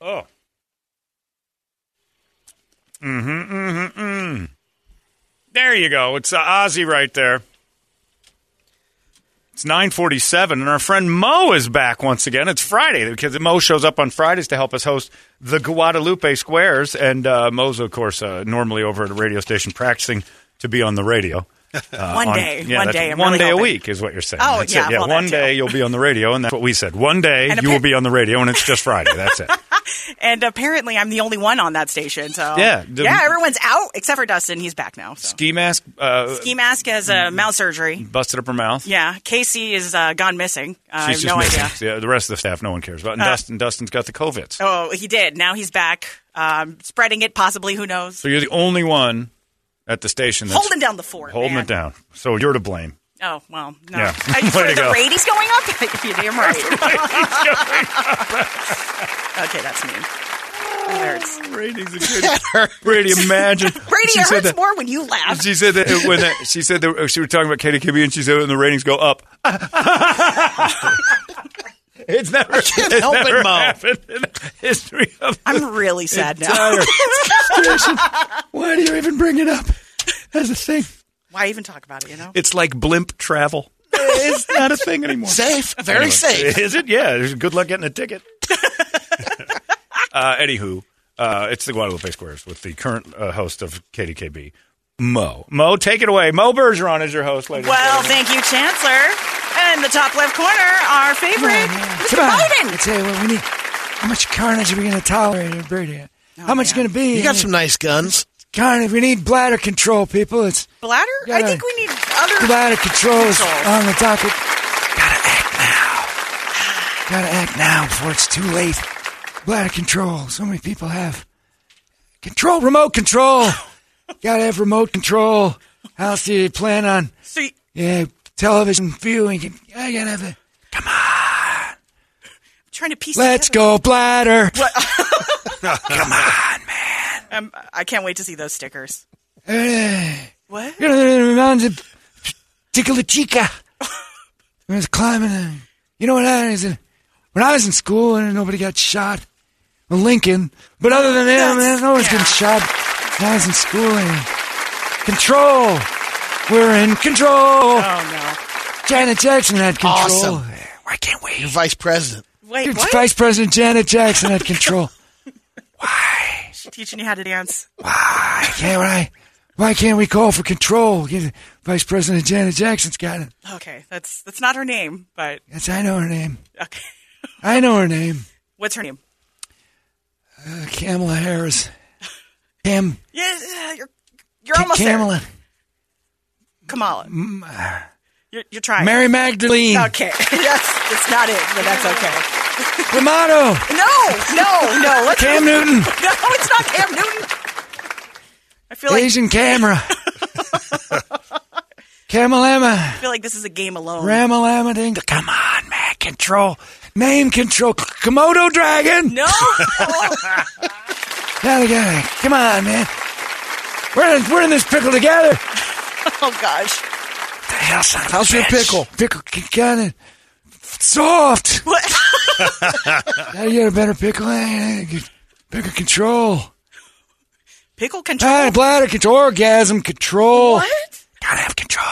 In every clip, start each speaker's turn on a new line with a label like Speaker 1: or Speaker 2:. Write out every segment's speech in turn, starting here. Speaker 1: Oh. Mm-hmm, mm-hmm, mm. There you go. It's uh, Ozzy right there. It's 947, and our friend Mo is back once again. It's Friday because Mo shows up on Fridays to help us host the Guadalupe Squares. And uh, Mo's, of course, uh, normally over at a radio station practicing to be on the radio. Uh,
Speaker 2: One
Speaker 1: on-
Speaker 2: day.
Speaker 1: yeah,
Speaker 2: One
Speaker 1: that's-
Speaker 2: day, I'm
Speaker 1: one
Speaker 2: really
Speaker 1: day a
Speaker 2: hoping.
Speaker 1: week is what you're saying.
Speaker 2: Oh,
Speaker 1: That's
Speaker 2: yeah,
Speaker 1: it. yeah.
Speaker 2: well, that
Speaker 1: one day
Speaker 2: too.
Speaker 1: you'll be on the radio, and that's what we said. One day
Speaker 2: And
Speaker 1: you
Speaker 2: appar-
Speaker 1: will be on the radio, and it's just Friday. That's it.
Speaker 2: And apparently, I'm the only one on that station. So
Speaker 1: Yeah, the-
Speaker 2: yeah, everyone's out except for Dustin. He's back now. So.
Speaker 1: Ski mask uh,
Speaker 2: Ski mask has uh, mouth surgery.
Speaker 1: busted up her mouth.
Speaker 2: Yeah, Casey is uh, gone missing. Uh, I have
Speaker 1: She's
Speaker 2: no
Speaker 1: just
Speaker 2: idea.
Speaker 1: missing. Yeah, the rest of the staff, no one cares about. And
Speaker 2: Uh,
Speaker 1: Dustin, Dustin's got the COVIDs.
Speaker 2: Oh, he did. Now he's back, um, spreading it. Possibly, who knows?
Speaker 1: So you're the only one at the station that's
Speaker 2: Holding down the fort.
Speaker 1: holding
Speaker 2: man.
Speaker 1: it down. So you're to blame.
Speaker 2: Oh well, no.
Speaker 1: Yeah.
Speaker 2: I just
Speaker 1: Way to
Speaker 2: heard the
Speaker 1: go.
Speaker 2: ratings going up. You're damn right. okay, that's mean. That hurts.
Speaker 1: Brady's a good. Brady, imagine.
Speaker 2: Brady,
Speaker 1: she
Speaker 2: it
Speaker 1: said
Speaker 2: hurts
Speaker 1: that,
Speaker 2: more when you laugh.
Speaker 1: She said that when that, she said that she was talking about Katie Kibbe and she said when the ratings go up. it's never. it's
Speaker 3: help it,
Speaker 1: never
Speaker 3: Mo.
Speaker 1: happened in the history of
Speaker 2: I'm really sad now.
Speaker 1: entire station. Why do you even bring it up as a thing?
Speaker 2: Why even talk about it? You know.
Speaker 1: It's like blimp travel.
Speaker 4: Eh,
Speaker 1: It's not a thing anymore.
Speaker 3: Safe, very safe.
Speaker 1: Is it? Yeah. Good luck getting a ticket. uh, anywho, uh, it's the Guadalupe Squares with the current uh, host of KDKB, Mo. Mo, take it away. Mo Bergeron is your host, ladies. and
Speaker 2: Well,
Speaker 1: gentlemen.
Speaker 2: thank you, Chancellor. And in the top left corner, our favorite, Mr.
Speaker 4: I
Speaker 2: Biden.
Speaker 4: tell you what, we need. How much carnage are we going to tolerate in Brady? how much is
Speaker 2: man.
Speaker 4: going to be?
Speaker 3: Oh, You got some nice guns.
Speaker 4: carnage. We need bladder control, people. It's
Speaker 2: Bladder? I
Speaker 4: Gotta-
Speaker 2: think we need other.
Speaker 4: bladder controls
Speaker 2: Control.
Speaker 4: on the docket. Gotta act now. Gotta act now before it's too late. Bladder control. So many people have control, remote control. Gotta have remote control. How else do you plan on?
Speaker 2: So y-
Speaker 4: Yeah, television viewing. I gotta have it.
Speaker 2: trying to piece.
Speaker 4: Let's go,
Speaker 2: together.
Speaker 4: bladder.
Speaker 2: Um, I can't wait to see those stickers. What?
Speaker 4: You know, it reminds of Tickle the Chica. I was climbing. uh, You know what I was in, when I was in school and nobody got shot. Well, Lincoln, but other than him,
Speaker 2: That's-
Speaker 4: man, no one's getting shot. When I was in school and control. We're in control.
Speaker 2: Oh
Speaker 4: Janet Jackson had control.
Speaker 3: Awesome.
Speaker 4: Why can't we?
Speaker 3: You're vice president.
Speaker 2: no! Wait,
Speaker 4: Dude,
Speaker 2: what?
Speaker 4: Vice President Janet Jackson had control.
Speaker 2: Teaching you how to dance.
Speaker 4: why can't I? Why can't we call for control? Vice President Janet Jackson's got it.
Speaker 2: Okay, that's that's not her name, but
Speaker 4: Yes, I know her name.
Speaker 2: okay.
Speaker 4: I know her name.
Speaker 2: What's her name?
Speaker 4: Uh, Kamala Harris. Cam.
Speaker 2: Yeah, yeah, you're you're almost
Speaker 4: Kamala. Mm, uh,
Speaker 2: there. Kamala. You're, you're trying.
Speaker 4: Mary Magdalene.
Speaker 2: Okay, that's that's not it, but that's okay.
Speaker 4: D'Amato.
Speaker 2: No, no, no. Let's
Speaker 4: Cam Newton.
Speaker 2: No, it's not Cam Newton. I feel like
Speaker 4: Asian Camera. Kamalama.
Speaker 2: I feel like this is a game alone.
Speaker 4: Ramalama Ding. Come on, man. Control. Name control. Komodo Dragon.
Speaker 2: no, Oh,
Speaker 4: Now they got it. Come on, man. We're in, we're in this pickle together.
Speaker 2: oh gosh.
Speaker 4: The hell, son of a
Speaker 3: How's your
Speaker 4: bitch.
Speaker 3: pickle?
Speaker 4: Pickle got it. Soft.
Speaker 2: What?
Speaker 4: Now you get a better pickle. Eh, eh, Pickle control.
Speaker 2: Pickle control.
Speaker 4: Hey, bladder control, orgasm control.
Speaker 2: what?
Speaker 4: Gotta have control.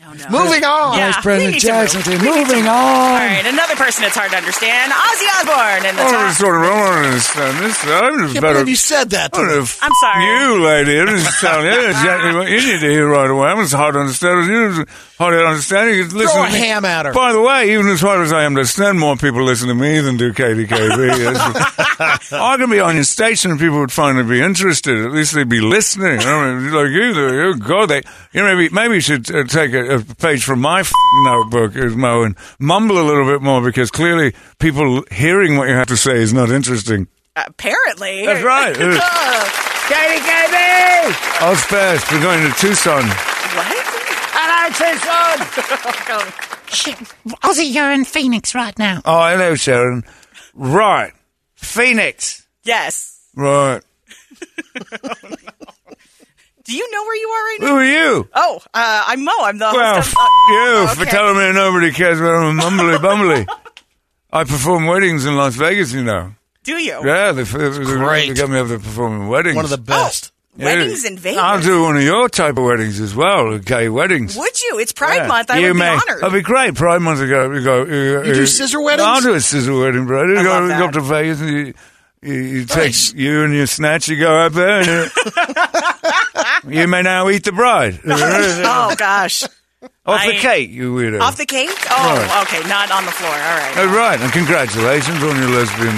Speaker 2: No, no.
Speaker 3: Moving on.
Speaker 2: Yeah,
Speaker 4: Vice
Speaker 2: we
Speaker 4: President
Speaker 2: need to
Speaker 4: Jackson,
Speaker 2: move.
Speaker 4: say,
Speaker 2: We need to
Speaker 4: moving
Speaker 2: move.
Speaker 4: on.
Speaker 2: All right, another person it's hard to understand. Ozzy Osbourne in the
Speaker 5: I
Speaker 2: top.
Speaker 5: just sort of I don't understand this. uh, I'm just
Speaker 3: Can't
Speaker 5: better.
Speaker 3: believe you said that. to
Speaker 5: I don't
Speaker 3: me.
Speaker 5: know, f-
Speaker 2: I'm sorry.
Speaker 5: You, lady. I'm just telling you. That's exactly what you need to hear right away. I'm just hard to understand. You was hard to understand. You could listen
Speaker 3: Throw
Speaker 5: to
Speaker 3: a
Speaker 5: me.
Speaker 3: ham at her.
Speaker 5: By the way, even as hard as I am to understand, more people listen to me than do KDKB. That's- I could be on your station and people would finally be interested. At least they'd be listening. I mean, like you, oh God, they, you know, maybe maybe you should uh, take a a, a page from my f- notebook, is Mo, and mumble a little bit more because clearly people hearing what you have to say is not interesting.
Speaker 2: Apparently.
Speaker 5: That's right.
Speaker 2: Uh,
Speaker 5: Katie KB! Oz first. We're going to Tucson.
Speaker 2: what?
Speaker 5: Hello, Tucson!
Speaker 6: Ozzy, you're in Phoenix right now.
Speaker 5: Oh, hello, Sharon. Right. Phoenix.
Speaker 2: Yes.
Speaker 5: Right.
Speaker 2: Do you know where you are right now?
Speaker 5: Who are you?
Speaker 2: Oh, uh, I'm Mo. I'm the
Speaker 5: Well,
Speaker 2: host
Speaker 5: f-
Speaker 2: of. uh,
Speaker 5: you
Speaker 6: Oh,
Speaker 2: okay.
Speaker 5: for telling me nobody cares when I'm a mumbly bumbly. I perform weddings in Las Vegas, you know.
Speaker 2: Do you? Oh,
Speaker 5: Yeah, they, they, they
Speaker 3: great.
Speaker 5: got me up there performing weddings.
Speaker 3: One of the best.
Speaker 5: Yeah.
Speaker 2: Weddings in Vegas.
Speaker 5: I'll do one of your type of weddings as well, gay weddings.
Speaker 2: Would you? It's Pride
Speaker 5: Yeah.
Speaker 2: Month. I
Speaker 5: you
Speaker 2: would
Speaker 5: may.
Speaker 2: be honored.
Speaker 5: That'd be great. Pride Month ago. You, go, you,
Speaker 3: You do scissor weddings?
Speaker 5: I'll do a scissor wedding, bro. You
Speaker 2: I
Speaker 5: go,
Speaker 2: love
Speaker 5: you
Speaker 2: that. Oh,
Speaker 5: go up to Vegas and you, you, you take
Speaker 3: Nice.
Speaker 5: you and your snatch, you go up there and you, you may now eat the bride.
Speaker 2: oh gosh.
Speaker 5: Off the
Speaker 2: I-
Speaker 5: cake, you weirdo.
Speaker 2: Off the cake? Oh, okay. Not on the floor. All right.
Speaker 5: Oh, right. And congratulations on your lesbian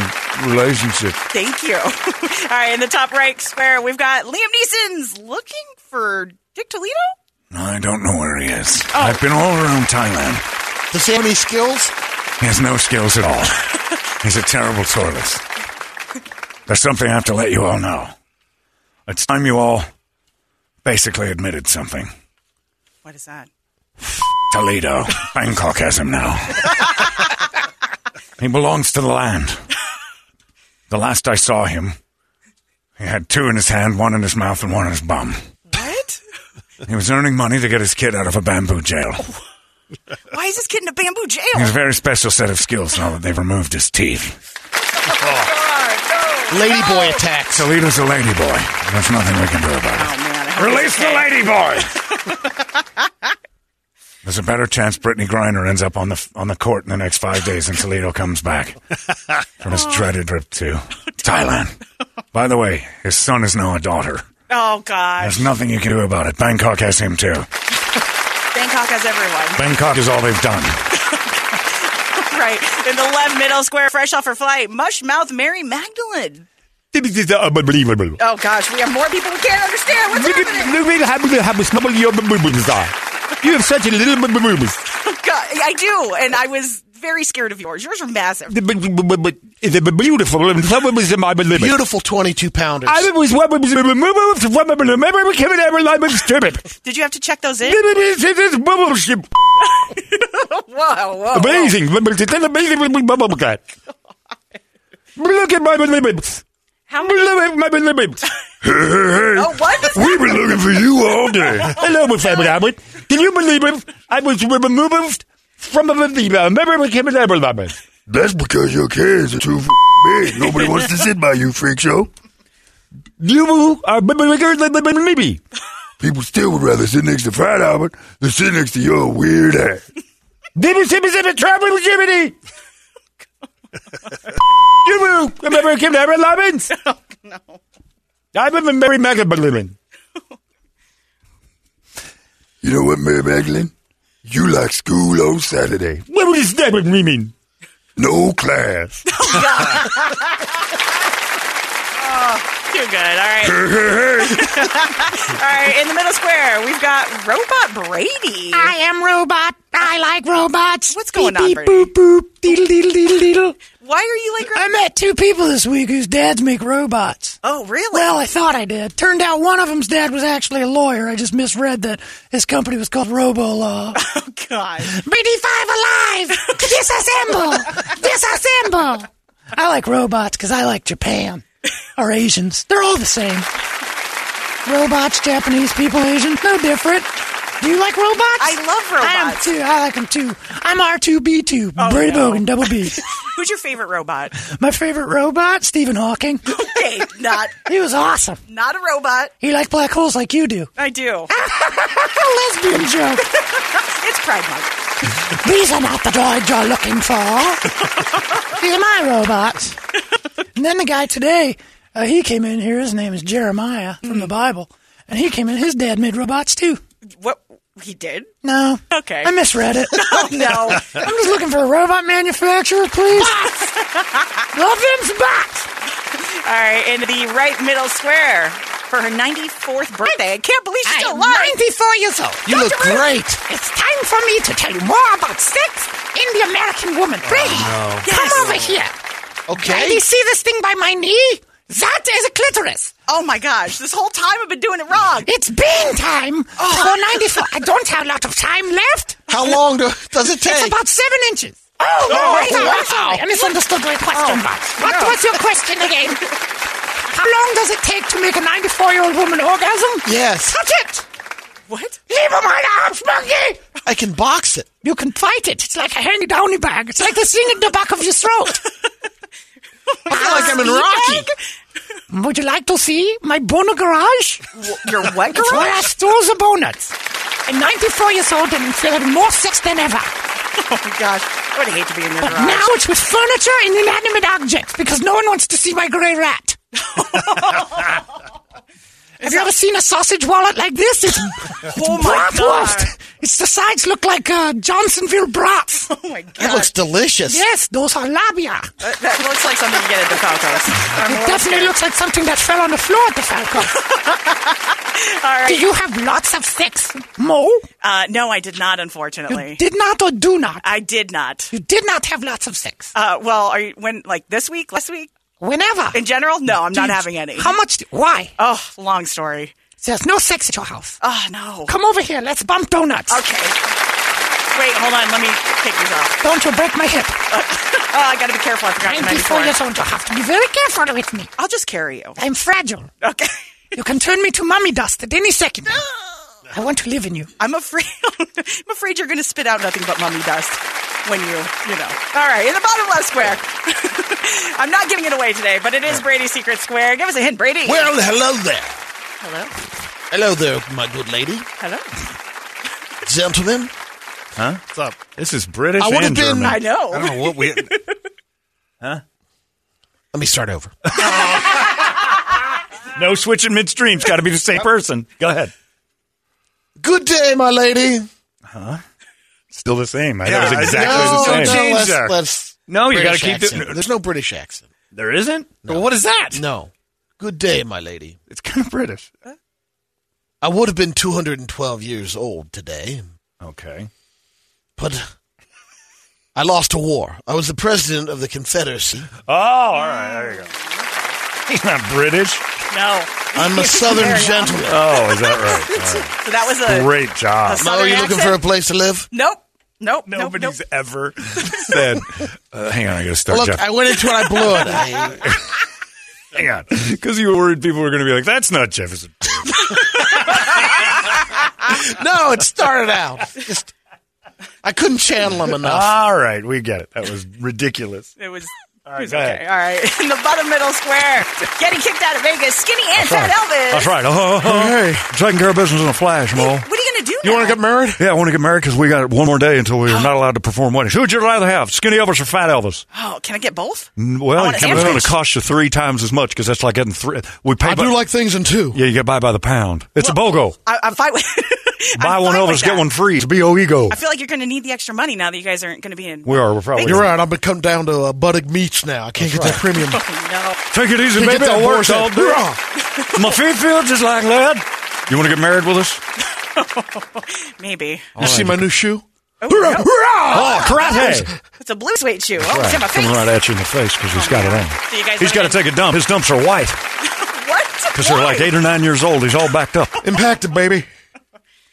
Speaker 5: relationship.
Speaker 2: Thank you. All right. In the top right square, we've got Liam Neeson's looking for Dick Toledo.
Speaker 5: I don't know where he is.
Speaker 2: Oh.
Speaker 5: I've been all around Thailand.
Speaker 3: Does he have any skills?
Speaker 5: He has no skills at all. He's a terrible tourist. There's something I have to let you all know. It's time you all basically admitted something.
Speaker 2: What is that?
Speaker 5: Toledo, Bangkok has him now. he belongs to the land. The last I saw him, he had two in his hand, one in his mouth, and one in his bum.
Speaker 2: What?
Speaker 5: He was earning money to get his kid out of a bamboo jail.
Speaker 2: Why is this kid in a bamboo jail?
Speaker 5: He has a very special set of skills now that they've removed his teeth.
Speaker 3: Ladyboy attacks.
Speaker 5: Toledo's a lady boy. There's nothing we can do about
Speaker 2: Oh, man. I
Speaker 5: it.
Speaker 2: hope
Speaker 5: Release
Speaker 2: it's
Speaker 5: the
Speaker 2: okay.
Speaker 5: lady boy! There's a better chance Brittany Griner ends up on the on the court in the next five days, and Toledo comes back from his dreaded trip to Thailand. By the way, his son is now a daughter.
Speaker 2: Oh, gosh.
Speaker 5: There's nothing you can do about it. Bangkok has him too.
Speaker 2: Bangkok has everyone.
Speaker 5: Bangkok is all they've done.
Speaker 2: Right. In the left middle square, fresh off her flight, Mush Mouth Mary Magdalene.
Speaker 7: Unbelievable.
Speaker 2: Oh, gosh. We have more people who can't understand what's happening.
Speaker 7: You have such a little b- b- boobs.
Speaker 2: God, I do. And I was very scared of yours. Yours are massive.
Speaker 7: The b- b- b- b- the b- beautiful and flowers in my belief.
Speaker 3: Beautiful 22 pounders.
Speaker 7: I was one of the removed from one of the remember we came in every line of stupid.
Speaker 2: Did you have to check those in?
Speaker 7: This is bubble ship.
Speaker 2: Whoa, whoa.
Speaker 7: Amazing. It's an amazing bubble cat. Look at my lips.
Speaker 2: How many?
Speaker 7: Look at my lips.
Speaker 2: Oh, what?
Speaker 5: We've been looking for you all day.
Speaker 7: Hello, my family Albert. Can you believe it? I was removed from the remember we came in every line.
Speaker 5: That's because your kids are too f- big. Nobody wants to sit by you, freak show.
Speaker 7: You
Speaker 1: uh,
Speaker 7: are maybe.
Speaker 5: People still would rather sit next to Fat Albert than sit next to your weird ass.
Speaker 7: Did you see me in a travel with Jiminy? You will remember Kim Deborah Lemons? No. I remember Mary Magdalene Lemon.
Speaker 5: You know what, Mary Magdalene? You like school on Saturday.
Speaker 7: What would that with me mean?
Speaker 5: No class.
Speaker 2: Too good. All right. All right. In the middle square, we've got Robot Brady.
Speaker 6: I am robot. I like robots.
Speaker 2: What's going on,
Speaker 6: beep,
Speaker 2: Brady?
Speaker 6: Beep, boop, boop, deedle, deedle, deedle, deedle.
Speaker 2: Why are you like?
Speaker 6: I met two people this week whose dads make robots.
Speaker 2: oh, really?
Speaker 6: Well, I thought I did. Turned out one of them's dad was actually a lawyer. I just misread that his company was called Robolaw.
Speaker 2: oh, God.
Speaker 6: BD5 alive! Disassemble! Disassemble! I like robots because I like Japan or Asians. They're all the same. Robots, Japanese people, Asians, no different. Do you like robots?
Speaker 2: I love robots.
Speaker 6: I am too. I like them too. I'm R2B2,
Speaker 2: Oh,
Speaker 6: Brady
Speaker 2: no.
Speaker 6: Bogan, double B.
Speaker 2: Who's your favorite robot?
Speaker 6: My favorite robot, Stephen Hawking.
Speaker 2: Okay, not
Speaker 6: He was awesome.
Speaker 2: not a robot.
Speaker 6: He liked black holes like you do.
Speaker 2: I do.
Speaker 6: A lesbian joke.
Speaker 2: It's Pride Month.
Speaker 6: These are not the droids you're looking for. These are my robots. And then the guy today, uh, he came in here. His name is Jeremiah from
Speaker 2: Hmm.
Speaker 6: the Bible, and he came in. His dad made robots too.
Speaker 2: What he did?
Speaker 6: No,
Speaker 2: Okay.
Speaker 6: I misread it.
Speaker 2: Oh no.
Speaker 6: I'm just looking for a robot manufacturer, please. Love them spots.
Speaker 2: All right. In the right middle square, for her 94th birthday. I can't believe she's still
Speaker 6: I'm
Speaker 2: alive.
Speaker 6: 94 years old.
Speaker 3: You look great.
Speaker 6: It's time for me to tell you more about sex in the American woman. Brady, come
Speaker 2: Oh, Yes.
Speaker 6: over here.
Speaker 3: Okay.
Speaker 6: Do you see this thing by my knee? That is a clitoris.
Speaker 2: Oh my gosh, this whole time I've been doing it wrong.
Speaker 6: It's bean time for 94. I don't have a lot of time left.
Speaker 3: How long do, does it
Speaker 6: It's
Speaker 3: take?
Speaker 6: about seven inches. Oh, wait, wow. Oh, I misunderstood my question. What was your question again? How long does it take to make a 94 year old woman orgasm?
Speaker 3: yes.
Speaker 6: Touch it!
Speaker 2: What?
Speaker 6: Leave her my arms, monkey!
Speaker 3: I can box it.
Speaker 6: You can fight it. It's like a handy downy bag. It's like the thing in the back of your throat.
Speaker 3: I feel like I'm in Rocky.
Speaker 6: Would you like to see my boner garage?
Speaker 2: Your what
Speaker 6: It's where I
Speaker 2: garage?
Speaker 6: store the boners. I'm 94 years old and I'm feeling more sex than ever.
Speaker 2: Oh my gosh, I would hate to be in your
Speaker 6: But
Speaker 2: garage.
Speaker 6: now it's with furniture and inanimate objects because no one wants to see my gray rat. Have you ever seen a sausage wallet like this? It's, it's
Speaker 2: Oh my
Speaker 6: bratwurst. It's the sides look like uh, Johnsonville brats.
Speaker 2: oh my god,
Speaker 3: That looks delicious.
Speaker 6: yes, those are labia.
Speaker 2: that, that looks like something you get at the Falcos. I'm
Speaker 6: It
Speaker 2: more
Speaker 6: definitely looks like something that fell on the floor at the Falcon.
Speaker 2: All
Speaker 6: Do
Speaker 2: right.
Speaker 6: you have lots of sex, Mo?
Speaker 2: Uh, no, I did not,
Speaker 6: You
Speaker 2: unfortunately.
Speaker 6: did not or do not.
Speaker 2: I did not.
Speaker 6: You did not have lots of sex.
Speaker 2: Uh, well, are you when like this week, last week,
Speaker 6: Whenever.
Speaker 2: in general? No, I'm
Speaker 6: Do
Speaker 2: not
Speaker 6: you-
Speaker 2: having any.
Speaker 6: How much? Why?
Speaker 2: Oh, long story.
Speaker 6: There's no sex at your house.
Speaker 2: Oh no.
Speaker 6: Come over here. Let's bump donuts.
Speaker 2: Okay. Wait, hold on. Let me take these off.
Speaker 6: Don't you break my hip.
Speaker 2: Oh, I got to be careful. I forgot the
Speaker 6: I'm before
Speaker 2: 94.
Speaker 6: years old. You have to be very careful with me.
Speaker 2: I'll just carry you.
Speaker 6: I'm fragile.
Speaker 2: Okay.
Speaker 6: You can turn me to mummy dust at any second. I want to live in you.
Speaker 2: I'm afraid. I'm afraid you're going to spit out nothing but mummy dust when you, you know. All right, in the bottom left square. I'm not giving it away today, but it is Brady's secret square. Give us a hint, Brady.
Speaker 3: Well, hello there.
Speaker 2: Hello.
Speaker 3: Hello there, my good lady.
Speaker 2: Hello.
Speaker 3: Gentlemen.
Speaker 1: What's up? This is British
Speaker 3: I would've
Speaker 1: and
Speaker 3: been-
Speaker 1: German.
Speaker 2: I know.
Speaker 5: I don't know what we.
Speaker 3: Let me start over.
Speaker 1: No switching midstream. It's got to be the same person. Go ahead.
Speaker 3: Good day, my lady.
Speaker 5: Still the same. I
Speaker 1: Yeah,
Speaker 5: thought it
Speaker 1: I-
Speaker 5: was exactly
Speaker 1: no,
Speaker 5: the same.
Speaker 1: no, Change
Speaker 3: let's,
Speaker 1: there.
Speaker 3: let's-
Speaker 1: No, you
Speaker 3: British
Speaker 1: gotta keep the-
Speaker 3: accent. There's no British accent.
Speaker 1: There isn't.
Speaker 3: Well, what is that? No. Good day, my lady.
Speaker 1: It's kind of British.
Speaker 3: I would have been 212 years old today,
Speaker 1: Okay.
Speaker 3: but I lost a war. I was the president of the Confederacy.
Speaker 1: Oh, all right. There you go. He's not British.
Speaker 2: No.
Speaker 3: I'm a Southern
Speaker 2: There you go.
Speaker 3: gentleman.
Speaker 1: Oh, is that right?
Speaker 2: So that was
Speaker 1: All
Speaker 2: a
Speaker 1: right. Great job.
Speaker 3: Mo, are Oh, you looking for a place to live?
Speaker 2: Nope. Nope. Nope.
Speaker 1: Nobody's
Speaker 2: nope.
Speaker 1: ever said. Uh, hang on, I gotta start.
Speaker 3: Look,
Speaker 1: Jeff.
Speaker 3: I went into it. I blew it. I,
Speaker 1: hang on, because you were worried people were gonna be like, "That's not Jefferson."
Speaker 3: no, it started out. Just, I couldn't channel him enough.
Speaker 1: all right, we get it. That was ridiculous.
Speaker 2: It was. it was
Speaker 1: go
Speaker 2: okay.
Speaker 1: ahead.
Speaker 2: All right. In the bottom middle square, getting kicked out of Vegas, skinny and fat Elvis.
Speaker 1: That's right. Oh, hey, taking care of business in a flash, Mo.
Speaker 2: What are you going to do?
Speaker 1: You
Speaker 2: want
Speaker 1: wanna get
Speaker 3: Married?
Speaker 1: Yeah, I want to get married because we got one more day until we are not allowed to perform weddings. Who would you rather have, Skinny Elvis or Fat Elvis?
Speaker 2: Oh, can I get both?
Speaker 1: Mm,
Speaker 2: I
Speaker 1: Well,
Speaker 2: want
Speaker 1: it's
Speaker 2: a
Speaker 1: going
Speaker 2: sandwich.
Speaker 1: to cost you three times as much because that's like getting three. We pay.
Speaker 3: I
Speaker 1: by,
Speaker 3: do like things in two.
Speaker 1: Yeah, you get buy by the pound. It's a BOGO.
Speaker 2: I, I'm fine with. I'm
Speaker 1: Buy one
Speaker 2: fine with
Speaker 1: Elvis, get
Speaker 2: that.
Speaker 1: one free. It's B O E go.
Speaker 2: I feel like you're going to need the extra money now that you guys aren't going to be in.
Speaker 1: We are. We're probably.
Speaker 3: You're right. I've been coming down to uh, buttock meats now. I can't get that premium.
Speaker 2: No.
Speaker 1: Take it easy,
Speaker 3: Can't get
Speaker 1: baby.
Speaker 3: that
Speaker 1: I
Speaker 3: horse
Speaker 1: worked all
Speaker 3: head.
Speaker 1: day.
Speaker 3: Hurrah.
Speaker 1: My feet feel just like lead. You want to get married with us?
Speaker 2: Maybe.
Speaker 3: You see my new shoe?
Speaker 2: Oh,
Speaker 3: Hurrah,
Speaker 2: no.
Speaker 3: hurrah!
Speaker 1: Oh, karate!
Speaker 2: It's a blue suede shoe. Oh, it's in my face.
Speaker 1: Coming right at you in the face because he's got it on.
Speaker 2: Do you guys
Speaker 1: He's
Speaker 2: wanna
Speaker 1: got to
Speaker 2: get-
Speaker 1: take a dump. His dumps are white
Speaker 2: What?
Speaker 1: because they're
Speaker 2: Why?
Speaker 1: like eight or nine years old. He's all backed up.
Speaker 3: Impacted, baby.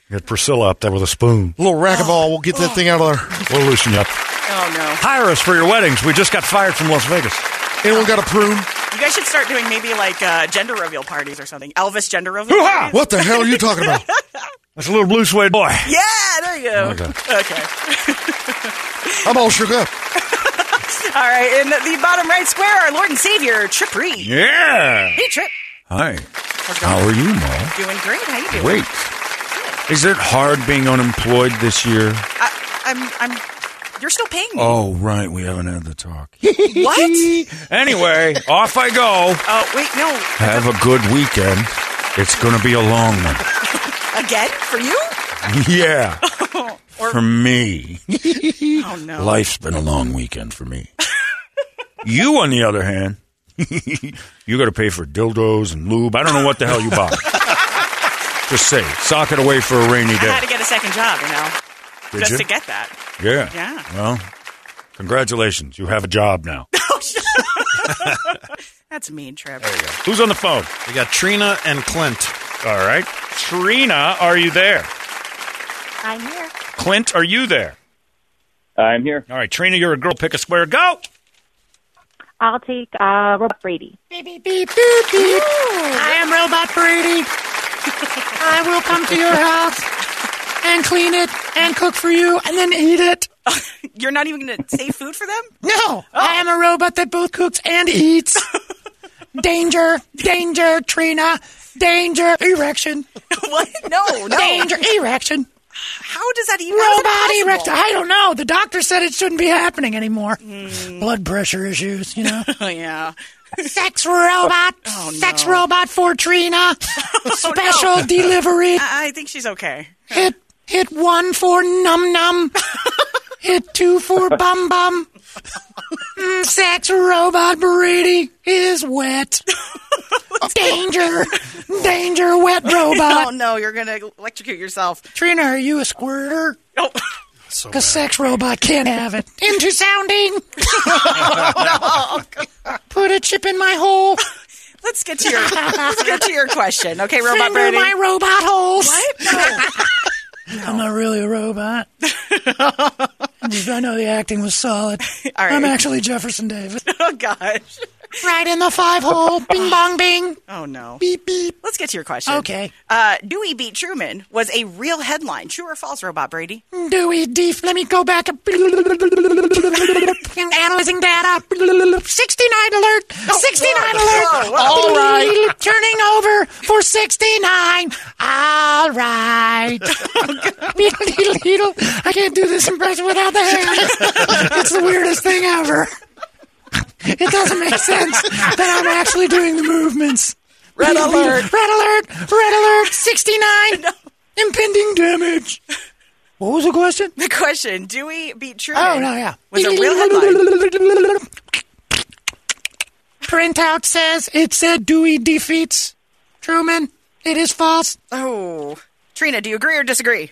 Speaker 1: Get Priscilla up there with a spoon.
Speaker 3: A little racquetball. We'll get that thing out of there.
Speaker 1: We'll loosen you up.
Speaker 2: Oh no.
Speaker 1: Hire us for your weddings. We just got fired from Las Vegas.
Speaker 3: Anyone got a prune?
Speaker 2: You guys should start doing maybe like uh, gender reveal parties or something. Elvis gender reveal. parties.
Speaker 3: What the hell are you talking about?
Speaker 1: That's a little blue suede boy.
Speaker 2: Yeah, there you go. Okay.
Speaker 3: I'm all shook up.
Speaker 2: All right. In the bottom right square, our Lord and Savior Trip Reed.
Speaker 1: Yeah.
Speaker 2: Hey, Trip.
Speaker 5: Hi.
Speaker 2: How's it
Speaker 5: How
Speaker 2: going?
Speaker 5: are you, Mo?
Speaker 2: Doing great. How you doing?
Speaker 5: Wait. Is it hard being unemployed this year?
Speaker 2: I, I'm. I'm. You're still paying me.
Speaker 5: Oh, right. We haven't had the talk.
Speaker 2: What?
Speaker 5: anyway, off I go.
Speaker 2: Oh wait, no.
Speaker 5: Have a good weekend. It's going to be a long one.
Speaker 2: Again for you?
Speaker 5: Yeah.
Speaker 2: Or-
Speaker 5: For me.
Speaker 2: Oh no.
Speaker 5: Life's been a long weekend for me. you, on the other hand,
Speaker 1: you got to pay for dildos and lube. I don't know what the hell you buy. Just say, sock it away for a rainy
Speaker 2: I had
Speaker 1: day.
Speaker 2: to get a second job, you know,
Speaker 1: Did
Speaker 2: just
Speaker 1: you?
Speaker 2: to get that.
Speaker 1: Yeah.
Speaker 2: Yeah.
Speaker 1: Well, congratulations. You have a job now.
Speaker 2: That's a mean trip.
Speaker 1: Who's on the phone?
Speaker 8: We got Trina and Clint.
Speaker 1: All right. Trina, are you there?
Speaker 9: I'm here.
Speaker 1: Clint, are you there?
Speaker 10: I'm here.
Speaker 1: All right, Trina, you're a girl. Pick a square. Go.
Speaker 9: I'll take uh, Robert Brady.
Speaker 6: Beep, beep, beep, beep, beep. I am Robot Brady. I will come to your house and clean it and cook for you and then eat it.
Speaker 2: You're not even going to save food for them?
Speaker 6: No, I am a robot that both cooks and eats. danger, danger, Trina. Danger, erection.
Speaker 2: what? No, no.
Speaker 6: Danger, erection.
Speaker 2: How does that even? how is it
Speaker 6: Robot
Speaker 2: possible?
Speaker 6: erection. I don't know. The doctor said it shouldn't be happening anymore.
Speaker 2: Hmm.
Speaker 6: Blood pressure issues, you know.
Speaker 2: Oh, yeah.
Speaker 6: Sex robot.
Speaker 2: Oh,
Speaker 6: Sex robot for Trina. Special delivery.
Speaker 2: I I think she's okay.
Speaker 6: Hit hit one for num num. hit two for bum bum. Mm, sex robot Brady is wet. danger, danger, wet
Speaker 2: Oh
Speaker 6: robot.
Speaker 2: no, you're gonna electrocute yourself.
Speaker 6: Trina, are you a squirter?
Speaker 2: Oh,
Speaker 6: Because sex robot can't have it. Into sounding. Oh, Put a chip in my hole.
Speaker 2: let's get to your let's get to your question. Okay, robot
Speaker 6: Finger
Speaker 2: Brady.
Speaker 6: my robot holes. I'm not really a robot. I'm just- I know the acting was solid.
Speaker 2: All right.
Speaker 6: I'm actually Jefferson Davis.
Speaker 2: Oh gosh.
Speaker 6: right in the five hole. Bing bong bing.
Speaker 2: Oh no.
Speaker 6: Beep beep.
Speaker 2: Let's get to your question.
Speaker 6: Okay.
Speaker 2: Uh, Dewey beat Truman was a real headline. True or false, robot Brady?
Speaker 6: Dewey Deef. Let me go back. and- Analyzing data. 69 alert. 69 alert. Oh, All right. Turning over for 69. All right. Beetle, beetle, beetle. I can't do this impression without the hair. It's the weirdest thing ever. It doesn't make sense that I'm actually doing the movements.
Speaker 2: Red
Speaker 6: Beetle, beetle.
Speaker 2: alert.
Speaker 6: Red alert. Red alert. 69. Impending damage. What was the question?
Speaker 2: The question: Dewey beat Truman.
Speaker 6: Oh no, yeah.
Speaker 2: Was a real headline.
Speaker 6: Printout says it said Dewey defeats Truman. It is false.
Speaker 2: Oh, Trina, do you agree or disagree?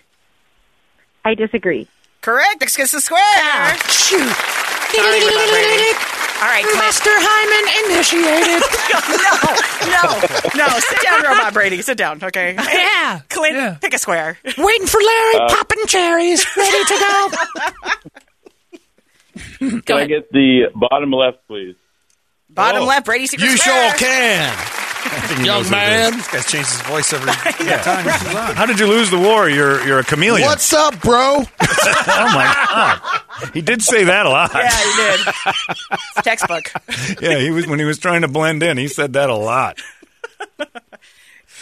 Speaker 9: I disagree.
Speaker 2: Correct. X gets the square.
Speaker 6: Oh, Shoot.
Speaker 2: All right, Clint.
Speaker 6: Master Hyman initiated.
Speaker 2: no, no, sit down, robot Brady. Sit down. Okay.
Speaker 6: yeah.
Speaker 2: Clint,
Speaker 6: Yeah.
Speaker 2: pick a square.
Speaker 6: Waiting for Larry, popping cherries, ready to go.
Speaker 10: Can I get the bottom left, please?
Speaker 2: Bottom left, Brady secret
Speaker 8: Oh. You
Speaker 2: square.
Speaker 8: sure can. Young man. This guy's changed his voice every time he's on.
Speaker 1: How did you lose the war? You're you're a chameleon.
Speaker 8: What's up, bro?
Speaker 1: Oh my god. He did say that a lot.
Speaker 2: Yeah, you did. It's textbook.
Speaker 1: Yeah, he was when he was trying to blend in. He said that a lot.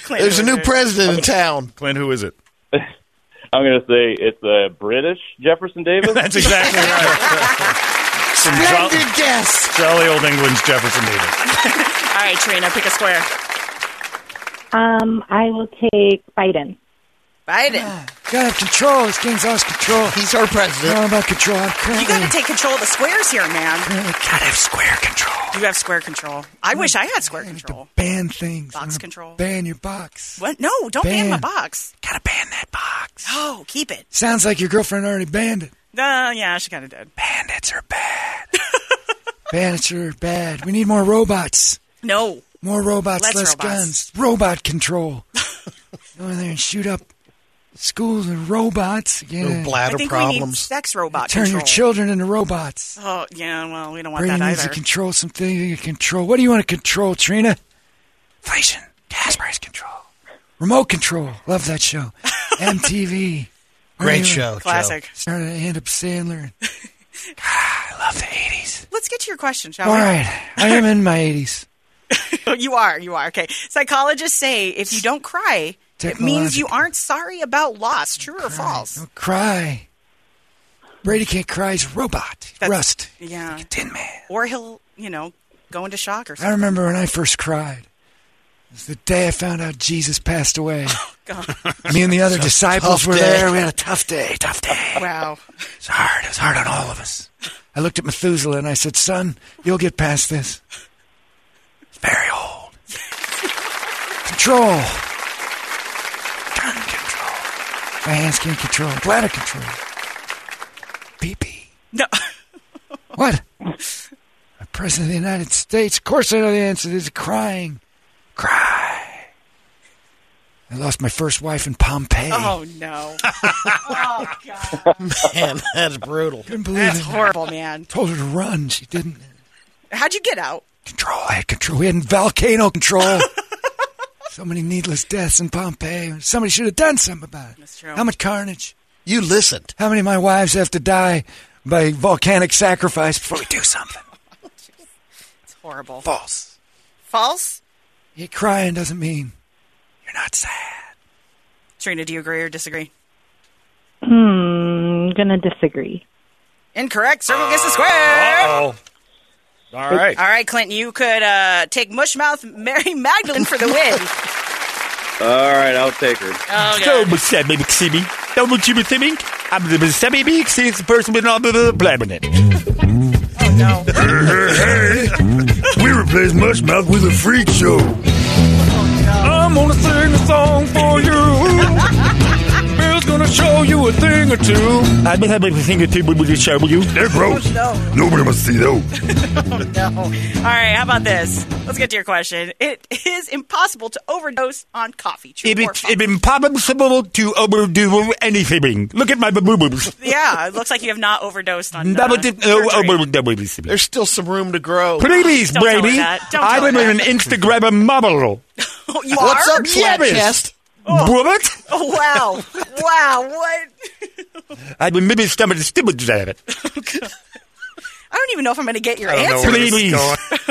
Speaker 2: Clint,
Speaker 3: There's a
Speaker 2: who
Speaker 3: new
Speaker 2: is it?
Speaker 3: president in town.
Speaker 1: Clint, who is it?
Speaker 10: I'm going to say it's a British Jefferson Davis.
Speaker 1: That's exactly right. Some
Speaker 3: Splendid
Speaker 1: jol-
Speaker 3: guess.
Speaker 1: jolly old England's Jefferson Davis.
Speaker 2: All right, Trina, pick a square.
Speaker 9: Um, I will take Biden.
Speaker 2: Biden.
Speaker 4: Gotta have control. This game's out of control.
Speaker 3: He's our
Speaker 4: It's
Speaker 3: president.
Speaker 4: all about control. I'm
Speaker 2: You
Speaker 4: currently
Speaker 2: got to take control of the squares here, man.
Speaker 4: gotta have square control.
Speaker 2: You have square control. I wish I had square control.
Speaker 4: Ban things.
Speaker 2: Box
Speaker 4: I'm gonna
Speaker 2: control.
Speaker 4: Ban your box.
Speaker 2: What? No, don't ban my
Speaker 4: Ban.
Speaker 2: box.
Speaker 4: Gotta ban that box.
Speaker 2: Oh, keep it.
Speaker 4: Sounds like your girlfriend already banned it.
Speaker 2: Uh, yeah, she kind of did.
Speaker 4: Bandits are bad. Bandits are bad. We need more robots.
Speaker 2: No.
Speaker 4: More robots,
Speaker 2: Less
Speaker 4: less
Speaker 2: robots.
Speaker 4: guns. Robot control. Go in there and shoot up schools and robots. Yeah.
Speaker 8: No
Speaker 2: I
Speaker 8: bladder
Speaker 2: think we need
Speaker 8: problems.
Speaker 2: sex robot
Speaker 4: Turn
Speaker 2: control.
Speaker 4: your children into robots.
Speaker 2: Oh, yeah, well, we don't want
Speaker 4: Brady
Speaker 2: that
Speaker 4: needs
Speaker 2: either.
Speaker 4: to control something. You can control. What do you want to control, Trina? Inflation, gas price control, remote control. Love that show. MTV.
Speaker 8: Great show. Joe.
Speaker 2: Classic.
Speaker 4: Started to end up Sandler. God, Ah, I love the eighties.
Speaker 2: Let's get to your question, shall
Speaker 4: All
Speaker 2: we?
Speaker 4: right, I am in my eighties.
Speaker 2: You are, you are. Okay. Psychologists say if you don't cry, it means you
Speaker 4: Technological.
Speaker 2: aren't sorry about loss. True or false?
Speaker 4: Don't cry. Brady can't cry. He's a robot.
Speaker 2: That's-
Speaker 4: Rust.
Speaker 2: Yeah.
Speaker 4: Tin Man.
Speaker 2: Or he'll, you know, go into shock or
Speaker 4: I
Speaker 2: something.
Speaker 4: remember when I first cried. It was the day I found out Jesus passed away.
Speaker 2: God.
Speaker 4: Me and the other disciples
Speaker 3: tough
Speaker 4: were
Speaker 3: day.
Speaker 4: there. We had a tough day. Tough day.
Speaker 2: Wow.
Speaker 4: It's hard. It's hard on all of us. I looked at Methuselah and I said, Son, you'll get past this. control. Gun control. My hands can't control. Bladder control.
Speaker 2: No.
Speaker 4: What? The President of the United States. Of course I know the answer. This is crying. Cry. I lost my first wife in Pompeii.
Speaker 2: Oh no! oh god!
Speaker 3: Man, that's brutal.
Speaker 4: Couldn't believe
Speaker 2: That's
Speaker 4: it.
Speaker 2: horrible, man.
Speaker 4: Told her to run. She didn't.
Speaker 2: How'd you get out?
Speaker 4: Control. I had control. We had volcano control. so many needless deaths in Pompeii. Somebody should have done something about it. That's
Speaker 2: true.
Speaker 4: How much carnage?
Speaker 3: You listened.
Speaker 4: How many of my wives have to die by volcanic sacrifice before we do something?
Speaker 2: It's horrible.
Speaker 4: False.
Speaker 2: False.
Speaker 4: Yeah, crying doesn't mean you're not sad.
Speaker 2: Serena, do you agree or disagree?
Speaker 9: Hmm, gonna disagree.
Speaker 2: Incorrect. Circle
Speaker 10: Uh,
Speaker 2: gets the square.
Speaker 1: Oh. All right.
Speaker 2: All right, Clinton. You could uh, take Mushmouth Mary Magdalene for the win.
Speaker 10: All right, I'll take her.
Speaker 2: Oh,
Speaker 7: So much sad, baby, see me. So much you be see me. I'm the best baby, see the person with all the planet.
Speaker 5: Hey, hey, we replaced Mushmouth with a freak show.
Speaker 7: I'm gonna sing a song for you. Bill's gonna show you a thing or two. I've been having a thing or two with the show with you.
Speaker 5: They're gross.
Speaker 2: No.
Speaker 5: Nobody must see those.
Speaker 2: All right, how about this? Let's get to your question. It is impossible to overdose on coffee. True
Speaker 7: It
Speaker 2: or
Speaker 7: is
Speaker 2: false?
Speaker 7: it impossible to overdo anything. Look at my boobs. oh,
Speaker 2: yeah, it looks like you have not overdosed on uh, surgery.
Speaker 7: Please,
Speaker 3: There's still some room to grow.
Speaker 2: Don't tell her
Speaker 7: baby.
Speaker 2: that. Don't tell
Speaker 7: I
Speaker 2: her
Speaker 7: am an
Speaker 2: that.
Speaker 7: Instagram model.
Speaker 2: Oh, you
Speaker 3: What's
Speaker 2: are?
Speaker 3: up, flat
Speaker 7: Yes.
Speaker 3: chest?
Speaker 7: Bullet.
Speaker 2: Oh, wow. wow, what?
Speaker 7: I will maybe stomach stupid drive it.
Speaker 2: I don't even know if I'm going to get your
Speaker 1: I don't know
Speaker 2: answer.
Speaker 1: where this is
Speaker 7: Please.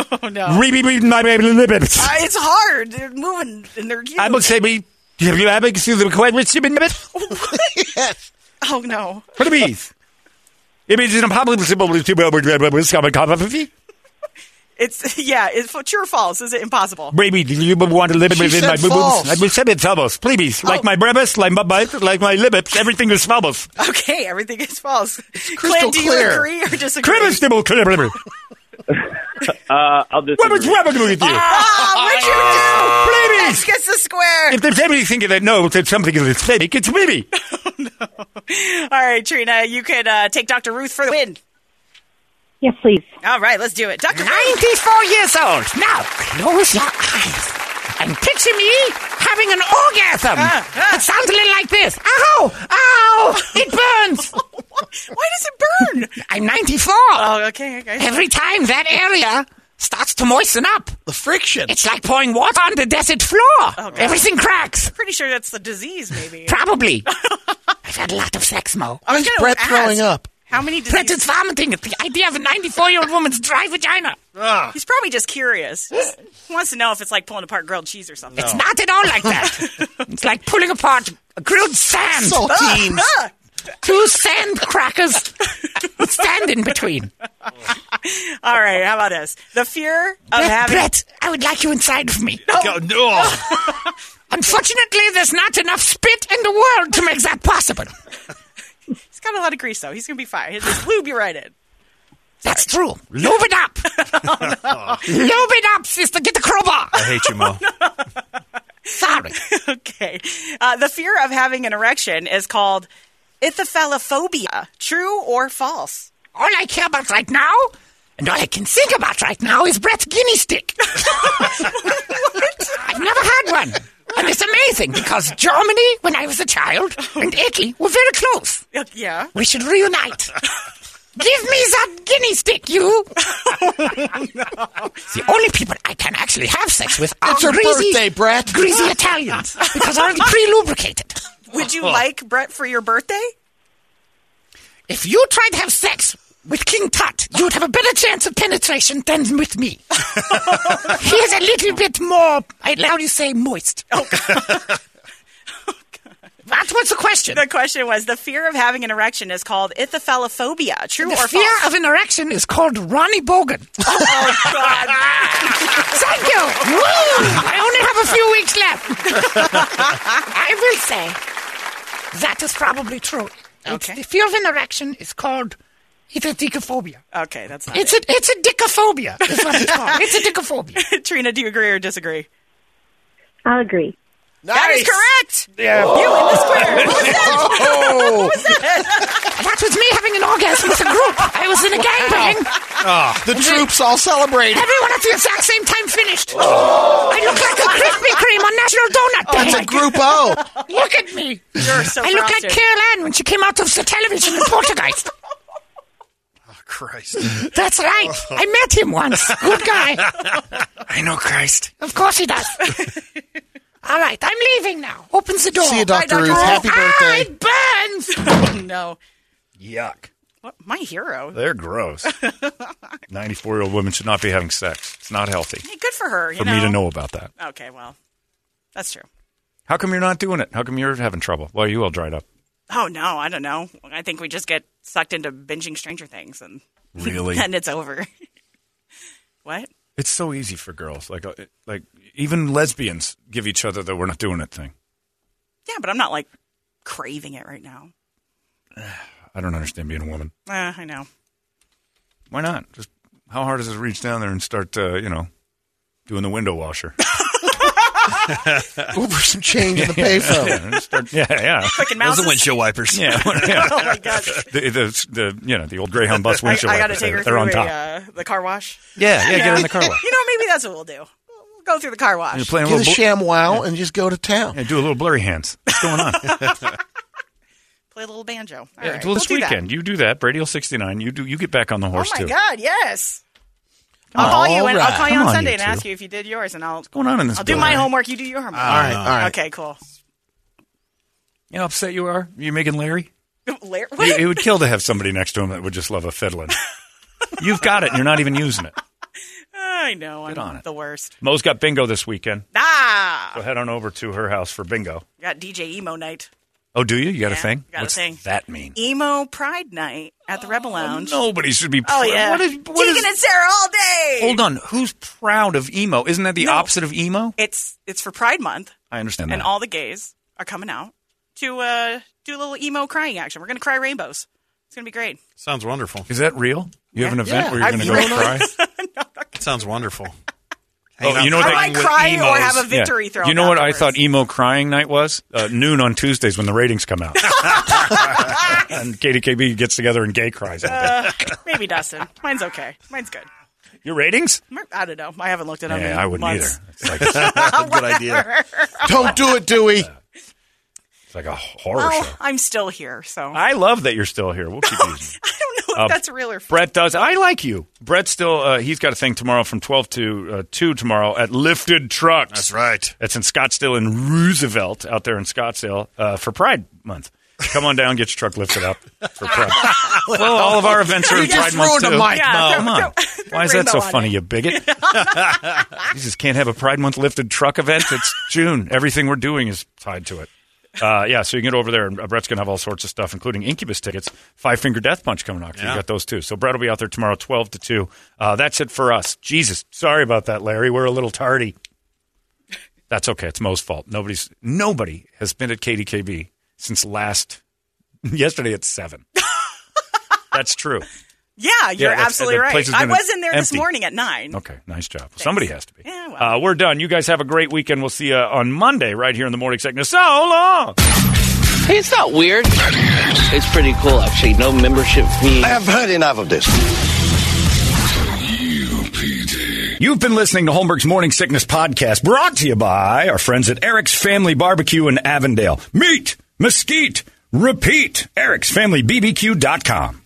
Speaker 1: going.
Speaker 2: Oh, no.
Speaker 7: Read read my baby lips.
Speaker 2: Uh, it's hard. They're moving and they're huge.
Speaker 7: I will say we have you ever seen the requirement stupid lips?
Speaker 3: Yes.
Speaker 2: Oh, no.
Speaker 7: Please. It means it's impossible to overdrive stomach coffee.
Speaker 2: It's, yeah, it's f- true or false. Is it impossible?
Speaker 7: Baby, do you want to live
Speaker 3: She
Speaker 7: within
Speaker 3: said
Speaker 7: my
Speaker 3: false. Oh.
Speaker 7: boobs? I will say it's false. Please. Like my brevis, like my butt, like my lips, everything is false.
Speaker 2: Okay, everything is false.
Speaker 3: crystal
Speaker 2: Clint, do
Speaker 3: clear.
Speaker 2: you agree or disagree?
Speaker 7: Crevice nibble, crevice.
Speaker 10: Uh, I'll
Speaker 7: What was
Speaker 10: disagree.
Speaker 7: wrong with you?
Speaker 2: Ah, Richard oh,
Speaker 7: Please.
Speaker 2: gets the square.
Speaker 7: If there's anything that knows that something is fake, it's me.
Speaker 2: All right, Trina, you could uh, take Dr. Ruth for the win.
Speaker 9: Yes, please.
Speaker 2: All right, let's do it. Dr. Ruth.
Speaker 6: 94 years old. Now, close your eyes and picture me having an orgasm.
Speaker 2: Ah,
Speaker 6: It sounds a little like this. Ow! Ow! It burns.
Speaker 2: Why does it burn?
Speaker 6: I'm 94.
Speaker 2: oh, okay, okay.
Speaker 6: Every time that area starts to moisten up,
Speaker 3: The friction.
Speaker 6: it's like pouring water on the desert floor.
Speaker 2: Oh, God.
Speaker 6: Everything cracks.
Speaker 2: Pretty sure that's the disease, maybe.
Speaker 6: Probably. I've had a lot of sex, Mo.
Speaker 2: I was
Speaker 3: When's
Speaker 2: gonna
Speaker 3: Brett
Speaker 2: ask,
Speaker 3: throwing up?
Speaker 2: How many
Speaker 6: Brett
Speaker 2: diseases?
Speaker 6: is vomiting at the idea of a 94 year old woman's dry vagina.
Speaker 2: He's probably just curious. Just wants to know if it's like pulling apart grilled cheese or something.
Speaker 6: It's not at all like that. it's like pulling apart grilled sand.
Speaker 3: Saltines.
Speaker 6: two sand crackers with sand in between.
Speaker 2: All right, how about this? The fear of
Speaker 6: Brett,
Speaker 2: having.
Speaker 6: Brett, I would like you inside of me.
Speaker 1: Oh,
Speaker 6: Unfortunately, there's not enough spit in the world to make that possible.
Speaker 2: He's got a lot of grease, though. He's going to be fine. He'll just lube you right in.
Speaker 6: That's true. Lube it up. Lube it up, sister. Get the crowbar.
Speaker 8: I hate you, Mo.
Speaker 6: Sorry.
Speaker 2: Okay. Uh, the fear of having an erection is called ithyphalophobia. True or false?
Speaker 6: All I care about right now, and all I can think about right now, is Brett's guinea stick. I've never had one. And it's amazing because Germany, when I was a child, and Italy were very close.
Speaker 2: Uh, Yeah.
Speaker 6: We should reunite. Give me that guinea stick, you. The only people I can actually have sex with are
Speaker 3: It's her
Speaker 6: greasy,
Speaker 3: birthday, Brett.
Speaker 6: greasy Italians because I'm pre-lubricated.
Speaker 2: Would you like Brett for your birthday?
Speaker 6: If you tried to have sex with King Tut, you'd have a better chance of penetration than with me. he is a little bit more, I allow you say, moist. Oh, That's what's the question.
Speaker 2: The question was the fear of having an erection is called ithyphalophobia. True
Speaker 6: The
Speaker 2: or
Speaker 6: fear
Speaker 2: false?
Speaker 6: of an erection is called Ronnie Bogan.
Speaker 2: oh God!
Speaker 6: Thank you. Woo! I only have a few weeks left. I will say that is probably true. It's-
Speaker 2: Okay.
Speaker 6: The fear of an erection is called it's a dickophobia.
Speaker 2: okay, that's not
Speaker 6: It's a it's a dickophobia. Is what it's called. It's a dickophobia.
Speaker 2: it. Trina, do you agree or disagree?
Speaker 9: I'll agree.
Speaker 2: That is correct.
Speaker 9: Yeah.
Speaker 2: You in the square. What was that?
Speaker 8: Oh.
Speaker 2: What was that?
Speaker 6: That was me having an orgasm with a group. I was in a gangbang.
Speaker 3: the troops all celebrated.
Speaker 6: Everyone at the exact same time finished. I look like a Krispy Kreme on National Donut Day.
Speaker 3: That's a group O.
Speaker 6: Look at me.
Speaker 2: You're so
Speaker 6: I look like
Speaker 2: frosted.
Speaker 6: Carol Ann when she came out of the television in Poltergeist.
Speaker 8: Christ.
Speaker 6: That's right. I met him once. Good guy.
Speaker 8: I know Christ.
Speaker 6: Of course he does. All right, I'm leaving now. Opens the door.
Speaker 3: See you,
Speaker 6: Bye,
Speaker 3: Dr. Ruth. Happy
Speaker 6: Ah,
Speaker 3: birthday.
Speaker 6: it burns.
Speaker 2: Oh, no.
Speaker 1: Yuck.
Speaker 2: What, my hero.
Speaker 1: They're gross. 94 year old women should not be having sex. It's not healthy
Speaker 2: Hey, good for her. You
Speaker 1: for me to know about that.
Speaker 2: Okay, well, that's true.
Speaker 1: How come you're not doing it? How come you're having trouble? Why are you all dried up?
Speaker 2: Oh no, I don't know. I think we just get sucked into binging Stranger Things, and
Speaker 1: Really?
Speaker 2: and it's over. what?
Speaker 1: It's so easy for girls. Like, uh, it- like even lesbians give each other the we're not doing it thing.
Speaker 2: Yeah, but I'm not like craving it right now.
Speaker 1: I don't understand being a woman.
Speaker 2: Uh, I know.
Speaker 1: Why not? Just how hard is it to reach down there and start, uh, you know, doing the window washer?
Speaker 3: Over some change in the payphone.
Speaker 1: yeah, start- yeah, yeah.
Speaker 2: Freaking
Speaker 8: Those
Speaker 2: mouse.
Speaker 8: are windshield wipers.
Speaker 1: Yeah,
Speaker 2: oh my god.
Speaker 1: The, the, the you know the old Greyhound bus
Speaker 2: I,
Speaker 1: windshield.
Speaker 2: I gotta
Speaker 1: wipers,
Speaker 2: take her
Speaker 1: they're,
Speaker 2: through
Speaker 1: on
Speaker 2: a,
Speaker 1: top.
Speaker 2: Uh, the car wash.
Speaker 1: yeah, yeah, get her in the car.
Speaker 2: You
Speaker 1: wash.
Speaker 2: know, maybe that's what we'll do. We'll go through the car wash.
Speaker 1: You're playing a
Speaker 3: Get a
Speaker 1: little. bl-
Speaker 3: sham wow and just go to town.
Speaker 1: yeah, do a little blurry hands. What's going on?
Speaker 2: Play a little banjo. All
Speaker 1: Yeah,
Speaker 2: right,
Speaker 1: Well, this
Speaker 2: we'll do that.
Speaker 1: weekend you do that. Brady will sixty nine. You do. You get back on the
Speaker 2: Oh
Speaker 1: horse
Speaker 2: my
Speaker 1: too.
Speaker 2: god, yes. I'll call you and I'll call you
Speaker 1: Come
Speaker 2: on,
Speaker 1: on,
Speaker 2: Sunday
Speaker 1: you
Speaker 2: and
Speaker 1: two.
Speaker 2: ask you if you did yours, and I'll
Speaker 1: going on in this
Speaker 2: I'll do
Speaker 1: building?
Speaker 2: my homework. You do your homework.
Speaker 3: All right, all right.
Speaker 2: Okay, cool.
Speaker 1: You know how upset you are. You making Larry?
Speaker 2: Larry,
Speaker 1: He-
Speaker 2: what?
Speaker 1: It would kill to have somebody next to him that would just love a fiddling. You've got it. and You're not even using it.
Speaker 2: I know. I'm
Speaker 1: on it.
Speaker 2: the worst.
Speaker 1: Mo's got bingo this weekend.
Speaker 2: Ah,
Speaker 1: So head on over to her house for bingo.
Speaker 2: got DJ emo night,
Speaker 1: Oh, do you? You got a
Speaker 2: Yeah,
Speaker 1: thing?
Speaker 2: got a
Speaker 1: What's
Speaker 2: thing.
Speaker 1: that mean?
Speaker 2: emo pride night at the Rebel Lounge.
Speaker 1: Nobody should be.
Speaker 2: Oh
Speaker 1: pr-
Speaker 2: yeah,
Speaker 1: What Oh, is? What
Speaker 2: Tegan
Speaker 1: is
Speaker 2: and Sarah all day.
Speaker 1: hold on. Who's proud of emo? Isn't that the
Speaker 2: No.
Speaker 1: opposite of emo?
Speaker 2: It's it's for Pride Month,
Speaker 1: I understand
Speaker 2: and
Speaker 1: that.
Speaker 2: all the gays are coming out to uh, do a little emo crying action. We're gonna cry rainbows. It's gonna be great.
Speaker 8: Sounds wonderful.
Speaker 1: is that real? You have an event
Speaker 3: Yeah.
Speaker 1: where you're going to go cry?
Speaker 8: It sounds wonderful.
Speaker 1: Oh, you know what
Speaker 2: I
Speaker 1: they-
Speaker 2: might
Speaker 8: with
Speaker 2: cry or
Speaker 8: emos.
Speaker 2: have a
Speaker 1: Yeah.
Speaker 2: victory thrown.
Speaker 1: You know what I
Speaker 2: afterwards.
Speaker 1: thought emo crying night was? Uh, noon on Tuesdays when the ratings come out. and KDKB gets together and gay cries. out
Speaker 2: Uh,
Speaker 1: there.
Speaker 2: Maybe Dustin. Mine's okay. Mine's good.
Speaker 1: Your ratings?
Speaker 2: Mer- I don't know. I haven't looked at them.
Speaker 1: Yeah,
Speaker 2: in
Speaker 1: I wouldn't
Speaker 2: months.
Speaker 1: either. It's like, it's
Speaker 8: Good idea.
Speaker 3: Don't do it, Dewey.
Speaker 1: like a horror show.
Speaker 2: Well, I'm still here, so I
Speaker 1: I love that you're still here. We'll keep using you.
Speaker 2: don't know if
Speaker 1: Uh,
Speaker 2: that's real or fake.
Speaker 1: Brett does. I like you. Brett still, uh, he's got a thing tomorrow from 12 to uh, 2 tomorrow at Lifted Trucks.
Speaker 8: That's right.
Speaker 1: That's in Scottsdale and Roosevelt out there in Scottsdale uh, for Pride Month. Come on down, get your truck lifted up for Pride. well, all of our events are
Speaker 3: You
Speaker 1: in
Speaker 3: just
Speaker 1: Pride Month
Speaker 3: ruined a
Speaker 1: too.
Speaker 3: mic,
Speaker 2: Yeah, Mo. throw-
Speaker 1: Come on.
Speaker 2: throw- throw
Speaker 1: Why is that
Speaker 2: rainbow
Speaker 1: so
Speaker 2: on
Speaker 1: funny,
Speaker 2: it.
Speaker 1: you bigot? you just can't have a Pride Month lifted truck event. It's June. Everything we're doing is tied to it. Uh, yeah, so you can get over there, and uh, Brett's going to have all sorts of stuff, including Incubus tickets, Five Finger Death Punch coming out. You
Speaker 8: Yeah.
Speaker 1: got those too. So Brett will be out there tomorrow, twelve to two. Uh, that's it for us. Jesus, sorry about that, Larry. We're a little tardy. That's okay. It's Mo's fault. Nobody's nobody has been at KDKB since last yesterday at seven. that's true.
Speaker 2: Yeah, you're
Speaker 1: that's-
Speaker 2: absolutely
Speaker 1: the place
Speaker 2: right.
Speaker 1: has
Speaker 2: I
Speaker 1: been
Speaker 2: was in there this
Speaker 1: empty.
Speaker 2: morning at nine.
Speaker 1: Okay, nice job. Somebody has to be.
Speaker 2: Yeah, well.
Speaker 1: uh, we're done. You guys have a great weekend. We'll see you on Monday right here in the morning segment. So long.
Speaker 11: Hey, it's not weird. It's pretty cool, actually. No membership fee.
Speaker 12: I have heard enough of this.
Speaker 1: You've been listening to Holmberg's Morning Sickness Podcast, brought to you by our friends at Eric's Family Barbecue in Avondale. Meet, mesquite, repeat. Eric'sFamilyBBQ.com.